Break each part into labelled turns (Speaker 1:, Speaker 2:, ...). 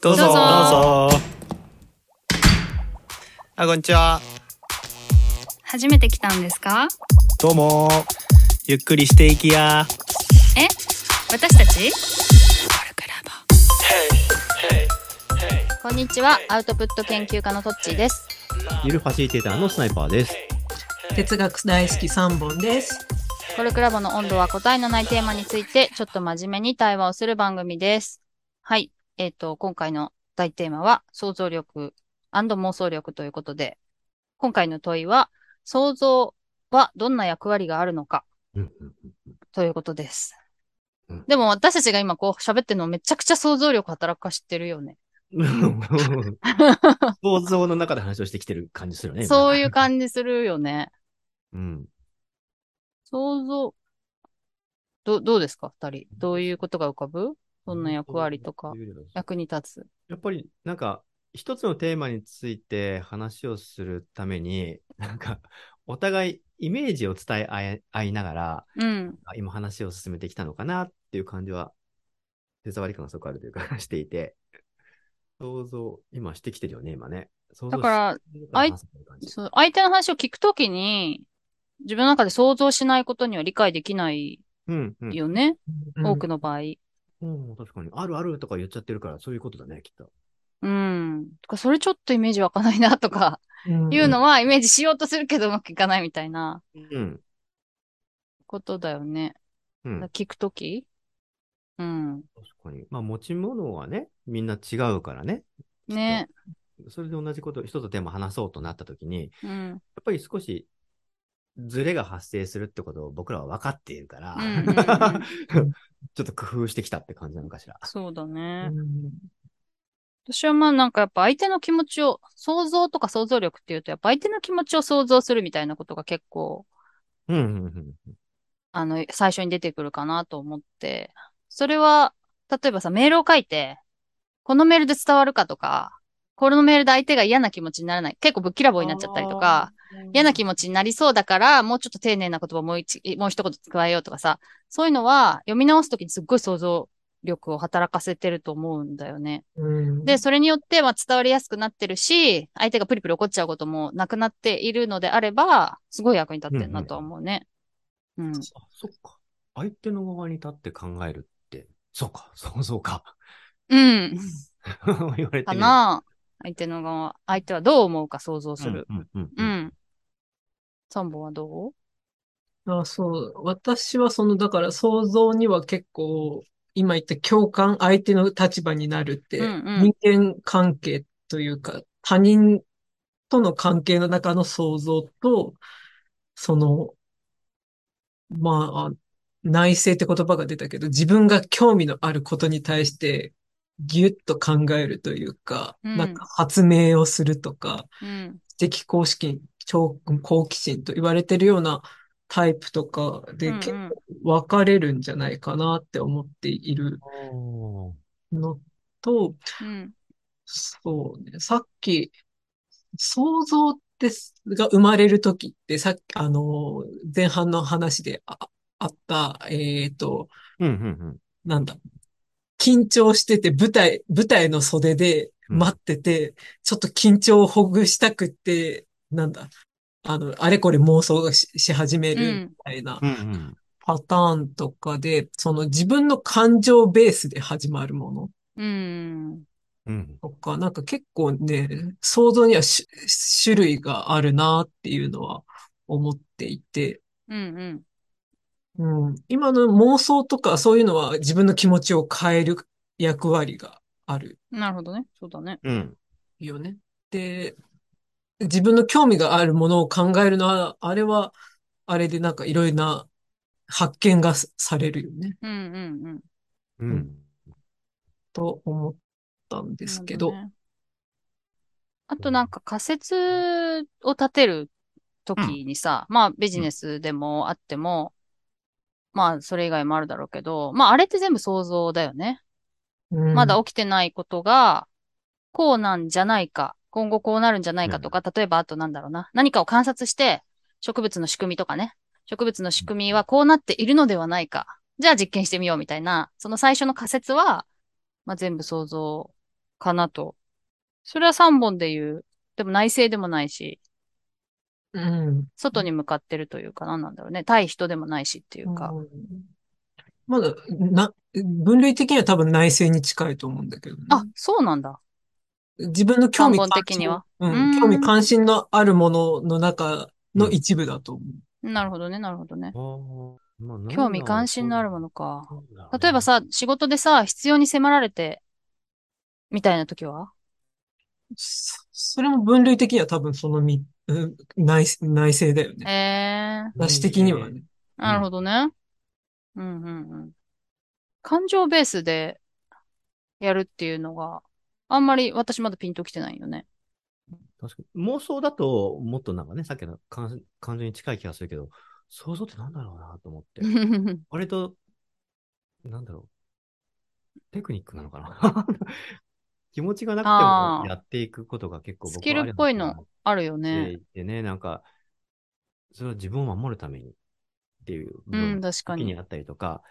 Speaker 1: どうぞ
Speaker 2: どうぞ
Speaker 1: あこんにちは
Speaker 2: 初めて来たんですか
Speaker 1: どうもゆっくりしていきや
Speaker 2: え私たち
Speaker 3: こんにちは、アウトプット研究家のトッチーです。
Speaker 4: ゆるファシリテーターのスナイパーです。
Speaker 5: 哲学大好き3本です。
Speaker 3: コルクラボの温度は答えのないテーマについて、ちょっと真面目に対話をする番組です。はい。えっ、と、今回の大テーマは、想像力妄想力ということで、今回の問いは、想像はどんな役割があるのか
Speaker 4: うんうん
Speaker 3: ということです
Speaker 4: うん。
Speaker 3: でも私たちが今こう喋ってるのめちゃくちゃ想像力働かしてるよね。
Speaker 4: 想像の中で話をしてきてる感じするよね。今
Speaker 3: そういう感じするよ ね。
Speaker 4: うん。
Speaker 3: 想像、ど、どうですか二人。どういうことが浮かぶそんな役割とか、役に立つ。
Speaker 4: やっぱり、なんか、一つのテーマについて話をするために、なんか、お互いイメージを伝え合い合いながら、
Speaker 3: うん。
Speaker 4: あ今話を進めてきたのかなっていう感じは、手触り感がすごくあるというか、していて、想像、今してきてるよね、今ね。想像
Speaker 3: だから
Speaker 4: し
Speaker 3: あい
Speaker 4: 話すっていう感じ
Speaker 3: そう、相手の話を聞くときに、自分の中で想像しないことには理解できない
Speaker 4: うん、うん。
Speaker 3: よね。多く
Speaker 5: の。
Speaker 3: の場合。
Speaker 4: うん、確かに。あるあるとか言っちゃってるから、そういうことだね、きっと。
Speaker 3: うん。とか、それちょっとイメージ湧かないなとか、
Speaker 5: うん
Speaker 3: いうのはイメージしようとするけどうまくいかないみたいな
Speaker 4: うん。
Speaker 3: ことだよね。
Speaker 4: うん。
Speaker 3: 聞くときうん。
Speaker 4: 確かに。まあ、持ち物はね、みんな違うからね。
Speaker 3: ね。
Speaker 4: それで同じこと、一つのテーマ話そうとなったときに、やっ
Speaker 3: うん。
Speaker 4: ぱり少し、ズレが発生するってことを僕らは分かっているから、
Speaker 3: うんうん うん
Speaker 4: ちょっと工夫してきたって感じなのかしら。
Speaker 3: そうだね。
Speaker 5: うん
Speaker 3: 私はまあなんかやっぱ相手の気持ちを、想像とか想像力っていうと、やっぱ相手の気持ちを想像するみたいなことが結構、
Speaker 4: うん、うん、うん。
Speaker 3: あの、最初に出てくるかなと思って、それは、例えばさ、メールを書いて、このメールで伝わるかとか、このメールで相手が嫌な気持ちにならない。結構ぶっきらぼうになっちゃったりとか、、嫌な気持ちになりそうだから、もうちょっと丁寧な言葉をもう一、もう一言加えようとかさ、そういうのは読み直すときにすっごい想像力を働かせてると思うんだよね。
Speaker 5: うん
Speaker 3: で、、それによって、まあ、伝わりやすくなってるし、相手がプリプリ怒っちゃうこともなくなっているのであれば、すごい役に立ってるなとは思うね。うん、
Speaker 4: あ、そっか。相手の側に立って考えるって、そうか、 そうそうか。
Speaker 3: うん。
Speaker 4: 言われて
Speaker 3: か
Speaker 4: みる
Speaker 3: な相手の側、相手はどう思うか想像する。
Speaker 4: うん、うん、うん
Speaker 3: う。
Speaker 4: うんん。
Speaker 3: 三本はどう
Speaker 5: あそう、私はその、だから想像には結構、今言った共感、相手の立場になるって、
Speaker 3: うんうん
Speaker 5: 人間関係というか、他人との関係の中の想像と、その、まあ、内省って言葉が出たけど、自分が興味のあることに対して、ぎゅっと考えるというか、
Speaker 3: うん
Speaker 5: なんか発明をするとか、
Speaker 3: うん。
Speaker 5: 知的好奇心、超好奇心と言われてるようなタイプとかで
Speaker 3: うんうん
Speaker 5: 結構分かれるんじゃないかなって思っている
Speaker 4: おー
Speaker 5: のと、
Speaker 3: うん。
Speaker 5: そうね、さっき、想像ですが生まれるときって、さっき、あの、前半の話であ、あった、えっと、
Speaker 4: うん、うん、うん。
Speaker 5: なんだ、緊張してて、舞台、舞台の袖で
Speaker 4: うん
Speaker 5: 待ってて、ちょっと緊張をほぐしたくって、なんだ、あの、あれこれ妄想がし、し始め
Speaker 3: う
Speaker 5: る
Speaker 3: ん
Speaker 5: みたいな
Speaker 4: うんうん、
Speaker 5: パターンとかで、その自分の感情ベースで始まるもの
Speaker 3: うん。
Speaker 4: うん。
Speaker 5: とか、なんか結構ね、想像にはし種類があるなっていうのは思っていて、
Speaker 3: うん。うん。
Speaker 5: うん、今の妄想とかそういうのは自分の気持ちを変える役割がある
Speaker 3: なるほどね。そうだね。
Speaker 4: うん。
Speaker 5: よね。で、自分の興味があるものを考えるのは、あれは、あれでなんかいろいろな発見がさされるよね、
Speaker 3: うんうんうん。
Speaker 4: うん。
Speaker 5: と思ったんですけど。
Speaker 3: なるほねあとなんか仮説を立てるときにさ、まあビジネスでもあっても、まあそれ以外もあるだろうけど、まああれって全部想像だよね。
Speaker 5: うん
Speaker 3: まだ起きてないことが、こうなんじゃないか、今後こうなるんじゃないかとか、例えばあとなんだろうな、何かを観察して、植物の仕組みとかね、植物の仕組みはこうなっているのではないか、じゃあ実験してみようみたいな、その最初の仮説は、まあ全部想像かなと。それは3本で言う。でも内政でもないし、
Speaker 5: うん。
Speaker 3: 外に向かってるというか、なんなんだろうね。対人でもないしっていうか。
Speaker 5: うんまだ、な、分類的には多分内政に近いと思うんだけどね。
Speaker 3: あ、そうなんだ。
Speaker 5: 自分の興味
Speaker 3: 三本
Speaker 5: 関
Speaker 3: 的には
Speaker 5: 心、
Speaker 3: う
Speaker 5: うんん、興味関心のあるものの中の一部だと思う。
Speaker 3: なるほどね、なるほどね。興
Speaker 4: 興
Speaker 3: 味関心のあるものか。
Speaker 4: の
Speaker 3: 例えば、さ、仕事でさ、必要に迫られて、みたいな時は
Speaker 5: そそれも分類的には多分そのみ、うん内、内政だよね。
Speaker 3: えー、
Speaker 5: 私的にはね。
Speaker 3: なるほどね。うんうんうん。感情ベースでやるっていうのが、あんまり私まだピンときてないよ ね。
Speaker 4: 確かに妄想だと、もっとなんかね、さっきの感感情に近い気がするけど、想像ってなんだろうなと思って。割と、なんだろう。テクニックなのかな 気持ちがな
Speaker 3: あー
Speaker 4: くてもやっていくことが結構僕は
Speaker 3: スキルっぽいの
Speaker 4: ある
Speaker 3: あるよ
Speaker 4: なと思
Speaker 3: ね。
Speaker 4: っていてね、なんか、それは自分を守るためにっていう部
Speaker 3: う
Speaker 4: 分
Speaker 3: ん、確か
Speaker 4: 時
Speaker 3: に
Speaker 4: に。あったりとか、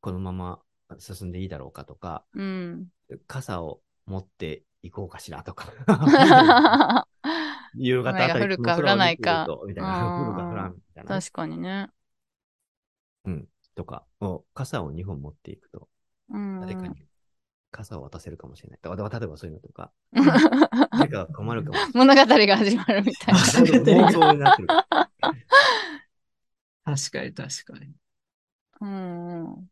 Speaker 4: このまま進んでいいだろうかとか、
Speaker 3: うん。、
Speaker 4: 傘を持っていこうかしらとか夕方あたり
Speaker 3: 雨が降るか降
Speaker 4: この空を
Speaker 3: らないか
Speaker 4: 見てるとみたい
Speaker 3: うん
Speaker 4: な、降るか降らんみたいなね、
Speaker 3: 確かにね。
Speaker 4: とか、もう傘を2本持っていくと、
Speaker 3: うん。
Speaker 4: 誰かに傘を渡せるかもしれない。とか例えばそういうのとか、誰かが困るかもしれ
Speaker 3: 物語が始まるみ たいな。
Speaker 5: 忘れて
Speaker 4: な
Speaker 5: る
Speaker 4: い。妄想になってる。
Speaker 5: 確かに確かに。
Speaker 3: うんうん。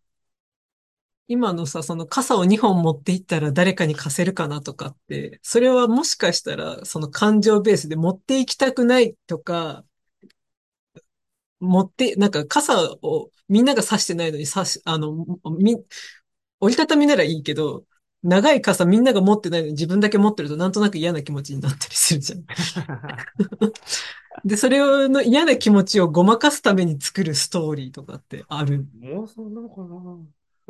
Speaker 5: 今のさ、その傘を2本持っていったら誰かに貸せるかなとかって、それはもしかしたら、その感情ベースで持っていきたくないとか、持って、なんか傘をみんなが差してないのに差し、あの、み、折りたたみならいいけど、長い傘みんなが持ってないのに自分だけ持ってるとなんとなく嫌な気持ちになったりするじゃん。で、それの嫌な気持ちをごまかすために作るストーリーとかってある。
Speaker 4: 妄想なのかな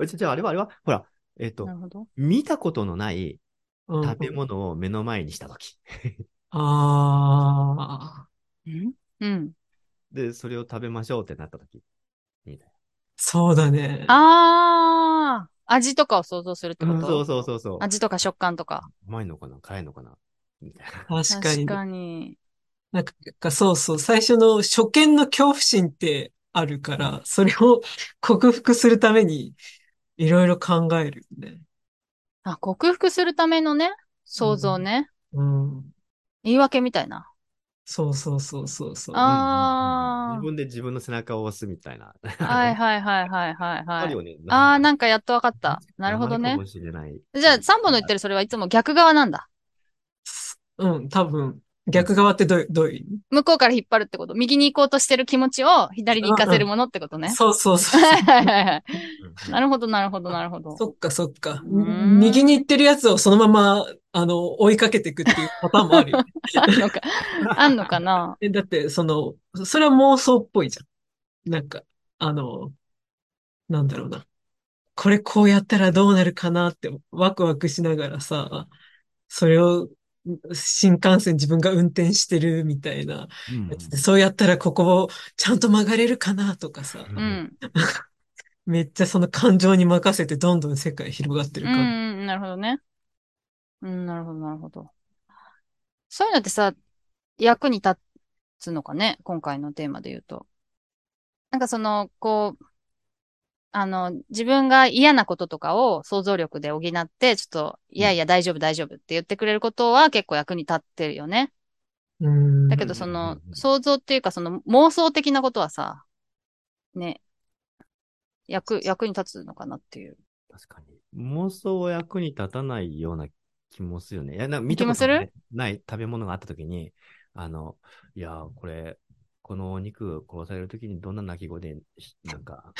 Speaker 4: えじゃじゃあ、あれはあれは、ほら、えっ、と
Speaker 3: な、るほど。
Speaker 4: 見たことのない
Speaker 5: うん。
Speaker 4: 食べ物を目の前にしたとき。
Speaker 5: ああ。
Speaker 3: うん。
Speaker 4: で、それを食べましょうってなったとき。みたい
Speaker 5: そうだね。
Speaker 3: あー、味とかを想像するって
Speaker 4: な
Speaker 3: こ。と
Speaker 4: そうそうそうそう。
Speaker 3: 味とか食感とか。
Speaker 4: 甘いのかな辛いのかなみたいな。
Speaker 5: 確か
Speaker 3: 確
Speaker 5: に。
Speaker 3: かに。
Speaker 5: なんか、そうそう。最初の初見の恐怖心ってあるから、それを 克服するために、いろいろ考えるよね。
Speaker 3: あ、克服するためのね、想像ね。
Speaker 5: うん。
Speaker 3: 言い訳みたいな。
Speaker 5: そうそうそうそうそう。
Speaker 3: あー
Speaker 4: 自分で自分の背中を押すみたいな。
Speaker 3: はいはいはいはいはい
Speaker 4: あ
Speaker 3: は
Speaker 4: る
Speaker 3: い。
Speaker 4: よね。
Speaker 3: あー、なんんかやっとわかった。なるほど
Speaker 4: 甘い
Speaker 3: ね
Speaker 4: か。もしれない。
Speaker 3: じゃあ、3本の言ってるそれはいつも逆側なんだ。
Speaker 5: うん、多分、逆側ってどういう、どういう意
Speaker 3: 向こうから引っ張るってこと。右に行こうとしてる気持ちを左に行かせるものってこと
Speaker 5: 味
Speaker 3: ね。
Speaker 5: そうそうそ う。
Speaker 3: はいはいはいはい。な
Speaker 4: る
Speaker 3: るほどなるほどなるほど。
Speaker 5: そっかそっか。
Speaker 3: ん
Speaker 5: 右に行ってるやつをそのまま、あの、追いかけていくっていうパターンもあるよね。
Speaker 3: あんのか、あんのかな
Speaker 5: えだって、その、それは妄想っぽいじゃん。なんか、あの、なんだろうな。これこうやったらどうなるかなってワクワクしながらさ、それを新幹線自分が運転してるみたいなやつで、そうやったらここをちゃんと曲がれるかなとかさ、
Speaker 3: う。ん。
Speaker 5: めっちゃその感情に任せてどんどん世界広がってる
Speaker 3: うん
Speaker 5: 感
Speaker 3: うんうん、なるほどね。うん、なるほど、なるほど。そういうのってさ、役に立つのかね今回のテーマで言うと。なんかその、こう、あの、自分が嫌なこととかを想像力で補って、ちょっと、いやいや大丈夫大丈夫って言ってくれることは結構役に立ってるよね。
Speaker 5: じ。うん
Speaker 3: だけど
Speaker 4: うん
Speaker 3: そ
Speaker 4: うん
Speaker 3: の
Speaker 4: うんうん
Speaker 3: 想像っていうかその妄想的なことはさ、ね、役、役に立つのかなっていう。
Speaker 4: 確かに。妄想は役に立たないような気もするよね。いや、なんか見
Speaker 3: 気
Speaker 4: た
Speaker 3: も
Speaker 4: こ
Speaker 3: す
Speaker 4: と
Speaker 3: る
Speaker 4: ないない食べ物があったときに、あの、いやー、これ、このお肉殺されるときにどんな泣き声で、ひなんか、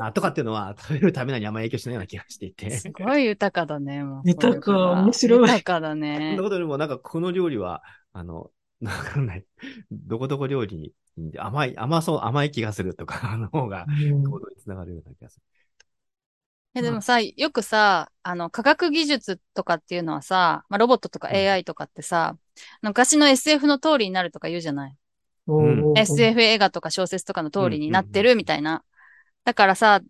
Speaker 4: あとかっていうのは、 食べる食べないにあんまり影響しないような気がしてい て。
Speaker 3: すごい豊かだね、もう。
Speaker 5: 豊か面白い
Speaker 3: 豊かだ
Speaker 4: そん
Speaker 3: ね
Speaker 4: な。ことよりも、なんかこの料理は、あの、なんかない、どこどこ料理に甘い、甘そう、甘い気がするとか、の方が
Speaker 5: うん
Speaker 4: 行動につながるような気がす
Speaker 3: えでもさ、よくさ、あの、科学技術とかっていうのはさ、まあ、ロボットとか
Speaker 4: うん
Speaker 3: AI とかってさ、昔の SF の通りになるとか言うじゃない、
Speaker 5: おー
Speaker 3: ?SF 映画とか小説とかの通りになって
Speaker 4: うん
Speaker 3: るみたいな。だからさ、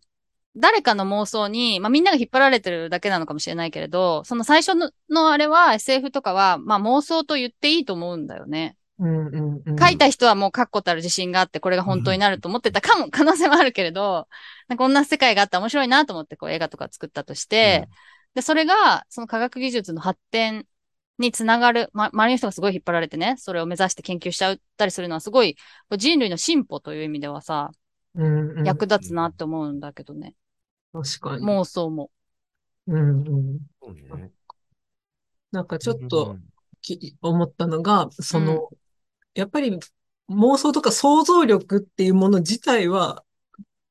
Speaker 3: 誰かの妄想に、まあみんなが引っ張られてるだけなのかもしれないけれど、その最初ののあれは SF とかは、まあ妄想と言っていいと思うんだよね。
Speaker 5: うんうんうん。
Speaker 3: 書いた人はもう確固たる自信があって、これが本当になると思ってたかも、可能性もあるけれど、なんかこんな世界があって面白いなと思って、こう映画とか作ったとして、で、それが、その科学技術の発展につながる、ま、周りの人がすごい引っ張られてね、それを目指して研究しちゃったりするのはすごい、こう人類の進歩という意味ではさ、
Speaker 5: うんうん。
Speaker 3: 役立つなって思うんだけどね。
Speaker 5: 確かに。
Speaker 3: 妄想も。
Speaker 5: うんうん。
Speaker 4: そうね。
Speaker 5: なんかちょっと、き思ったのが、その、やっぱり妄想とか想像力っていうもの自体は、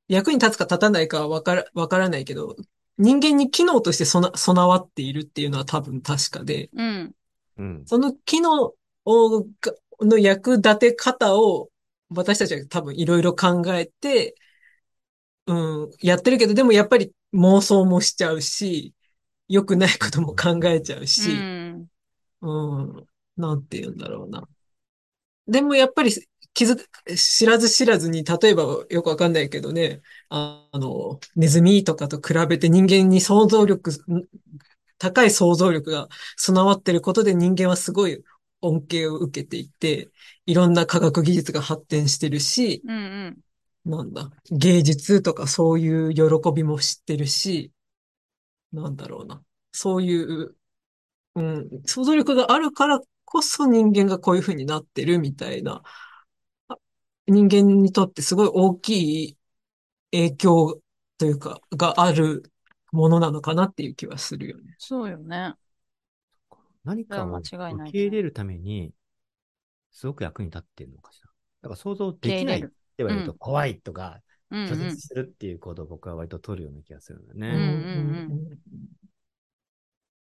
Speaker 5: 役に立つか立たないかはわから、わからないけど、人間に機能として備備わっているっていうのは多分確かで、
Speaker 3: うん。
Speaker 4: うん。
Speaker 5: その機能をがの役立て方を私たちは多分いろいろ考えて、うん、やってるけど、でもやっぱり妄想もしちゃうし、良くないことも考えちゃう
Speaker 3: う
Speaker 5: し、
Speaker 3: ん。
Speaker 5: うん。なんて言うんだろうな。でもやっぱり気づく、知らず知らずに、例えばよくわかんないけどね、ああの、ネズミとかと比べて人間に想像力、ん高い想像力が備わっていることで人間はすごい恩恵を受けていて、いろんな科学技術が発展してるし、
Speaker 3: うんうん。
Speaker 5: なんだ、芸術とかそういう喜びも知ってるし、なんだろうな。そういう、うん、想像力があるからこそ人間がこういう風になってるみたいな、あ人間にとってすごい大きい影響というか、があるものなのかなっていう気はするよね。
Speaker 3: そうよね。
Speaker 4: 何かを
Speaker 3: それは間違い
Speaker 4: 受
Speaker 3: ない
Speaker 4: け入れるために、すごく役に立ってるのかしら。だから想像できないっ
Speaker 3: 受
Speaker 4: て言われると
Speaker 3: うん
Speaker 4: 怖いとか、
Speaker 3: うんう
Speaker 4: 拒
Speaker 3: ん
Speaker 4: 絶。するっていう行動を僕は割と取るような気がするんだ
Speaker 5: う
Speaker 3: うん
Speaker 4: ね。
Speaker 3: うん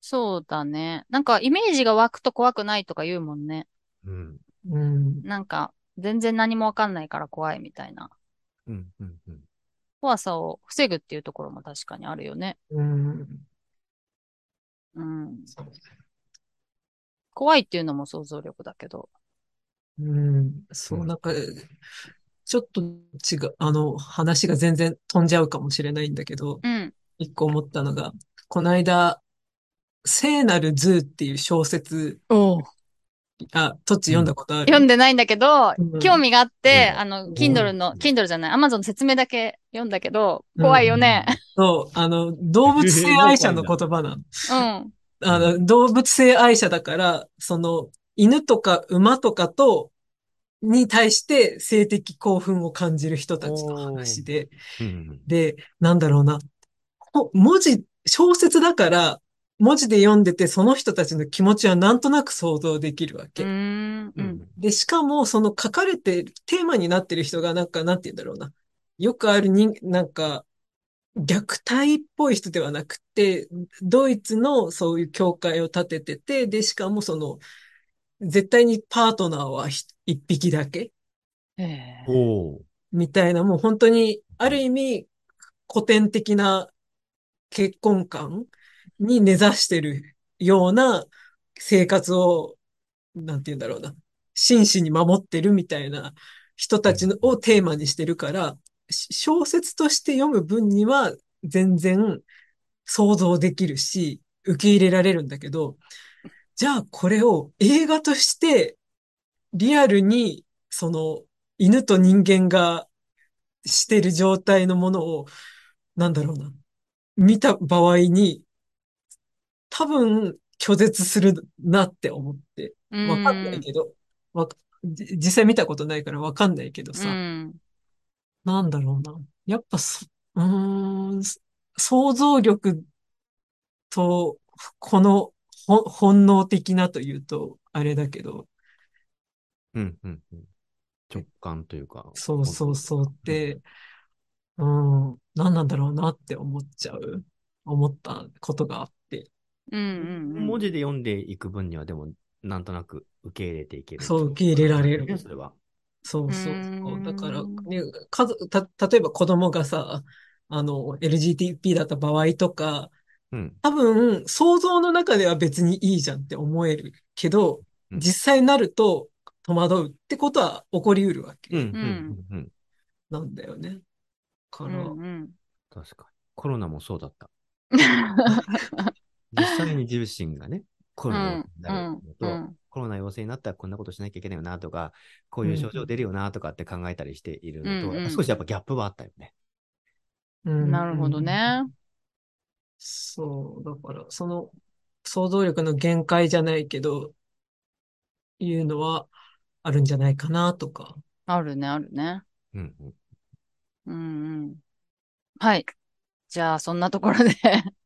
Speaker 3: そうだね。なんかイメージが湧くと怖くないとか言うもんね。
Speaker 4: うん。
Speaker 5: うんうん
Speaker 3: なんか、全然何もわかんないから怖いみたいな。
Speaker 4: うん。うん。うん。
Speaker 3: 怖さを防ぐっていうところも確かにあるよね。
Speaker 5: うん
Speaker 3: うん。怖いっていうのも想像力だけど。
Speaker 5: うん、そうう、
Speaker 4: ん
Speaker 5: なんか、ちょっと違う、あの、話が全然飛んじゃうかもしれないんだけど、
Speaker 3: うん。
Speaker 5: 一個思ったのが、この間、聖なるズーっていう小説、
Speaker 3: お
Speaker 5: あ、トッチ読んだことある
Speaker 3: 読んでないんだけど、
Speaker 5: うん
Speaker 3: 興味があって、
Speaker 4: うん
Speaker 3: あの、Kindle の、Kindle じゃない、Amazon の説明だけ読んだけど、怖いよね。
Speaker 5: そう、あの、動物性愛者の言葉なの。
Speaker 3: うん。
Speaker 5: あの、動物性愛者だから、その、犬とか馬とかと、に対して性的興奮を感じる人たちの話で、
Speaker 4: うん。
Speaker 5: で、なんだろうな。ほ文字、小説だから、文字で読んでて、その人たちの気持ちはなんとなく想像できるわ
Speaker 3: う
Speaker 5: け。
Speaker 3: ーん。
Speaker 4: う
Speaker 3: うんん。。
Speaker 5: で、しかも、その書かれてる、テーマになってる人が、なんか、なんて言うんだろうな。よくある人、なんか、虐待っぽい人ではなくて、ドイツのそういう教会を立ててて、で、しかもその、絶対にパートナーはひ一匹だけ。
Speaker 3: ええ
Speaker 4: おお。
Speaker 5: みたいな、もう本当に、ある意味、古典的な結婚観に根ざしてるような生活を、なんて言うんだろうな、真摯に守ってるみたいな人たちのをテーマにしてるから、し小説として読む分には全然想像できるし、受け入れられるんだけど、じゃあこれを映画として、リアルに、その、犬と人間がしてる状態のものを、なんだろうな、見た場合に、多分拒絶するなって思って、
Speaker 3: うん。
Speaker 5: わかんないけど、わかじ実際見たことないからわかんないけど
Speaker 3: う
Speaker 5: さ、
Speaker 3: ん。
Speaker 5: なんだろうな。やっぱそ、うーん、想像力と、このほ本能的なというと、あれだけど、
Speaker 4: うん。うん。うん直感というか。
Speaker 5: そうそうそうって、うん、何なんだろうなって思っちゃう、思ったことがあって、
Speaker 3: うんうんうん。
Speaker 4: 文字で読んでいく分には、でも、なんとなく受け入れていける。
Speaker 5: そう受け入れられる
Speaker 4: ねそれは。
Speaker 5: そうそう
Speaker 3: うー
Speaker 5: そ
Speaker 3: ん
Speaker 5: う。だから、ね、家族、た、例えば子供がさ、あの、LGBT だった場合とか、
Speaker 4: うん。
Speaker 5: 多分、想像の中では別にいいじゃんって思えるけど、
Speaker 4: うん
Speaker 5: 実際になると戸惑うってことは起こりうるわけ
Speaker 4: うん。うん。うん。うん
Speaker 5: なんだよね。か
Speaker 3: う
Speaker 5: ら、
Speaker 3: んうん。
Speaker 4: 確かコロナもそうだった。実際に自身がね、コロナになる
Speaker 3: う
Speaker 4: と、
Speaker 3: ん
Speaker 4: コロナ陽性になったらこんなことしなきゃいけないよなとか、こういう症状出るよなとかって考えたりしているのと、
Speaker 3: うんうん
Speaker 4: やっぱ少しやっぱギャップはあったよね。
Speaker 5: うん
Speaker 3: なるほど。ね。
Speaker 5: そう、だから、その、想像力の限界じゃないけど、いうのはあるんじゃないかなとか。
Speaker 3: あるね、あるね。
Speaker 4: うんうん、
Speaker 3: うんうん。はい。じゃあ、そんなところで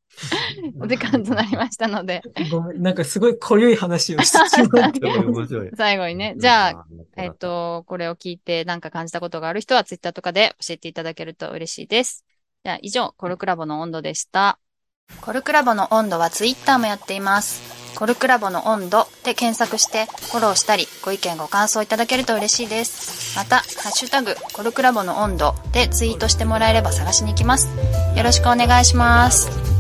Speaker 3: お時間となりましたので、
Speaker 5: ごめん、なんかすごい濃ゆい話をしてしまって。
Speaker 4: す ごい 面白い。
Speaker 3: 最後にね、じゃあ、、えっ、
Speaker 4: あ
Speaker 3: と、これを聞いて何か感じたことがある人は、ツイッターとかで教えていただけると嬉しいです。じゃあ、以上、コルクラボの温度でした。
Speaker 6: コルクラボの温度はツイッターもやっています。コルクラボの温度で検索してフォローしたりご意見ご感想いただけると嬉しいです。また、ハッシュタグコルクラボの温度でツイートしてもらえれば探しに行きます。よろしくお願いします。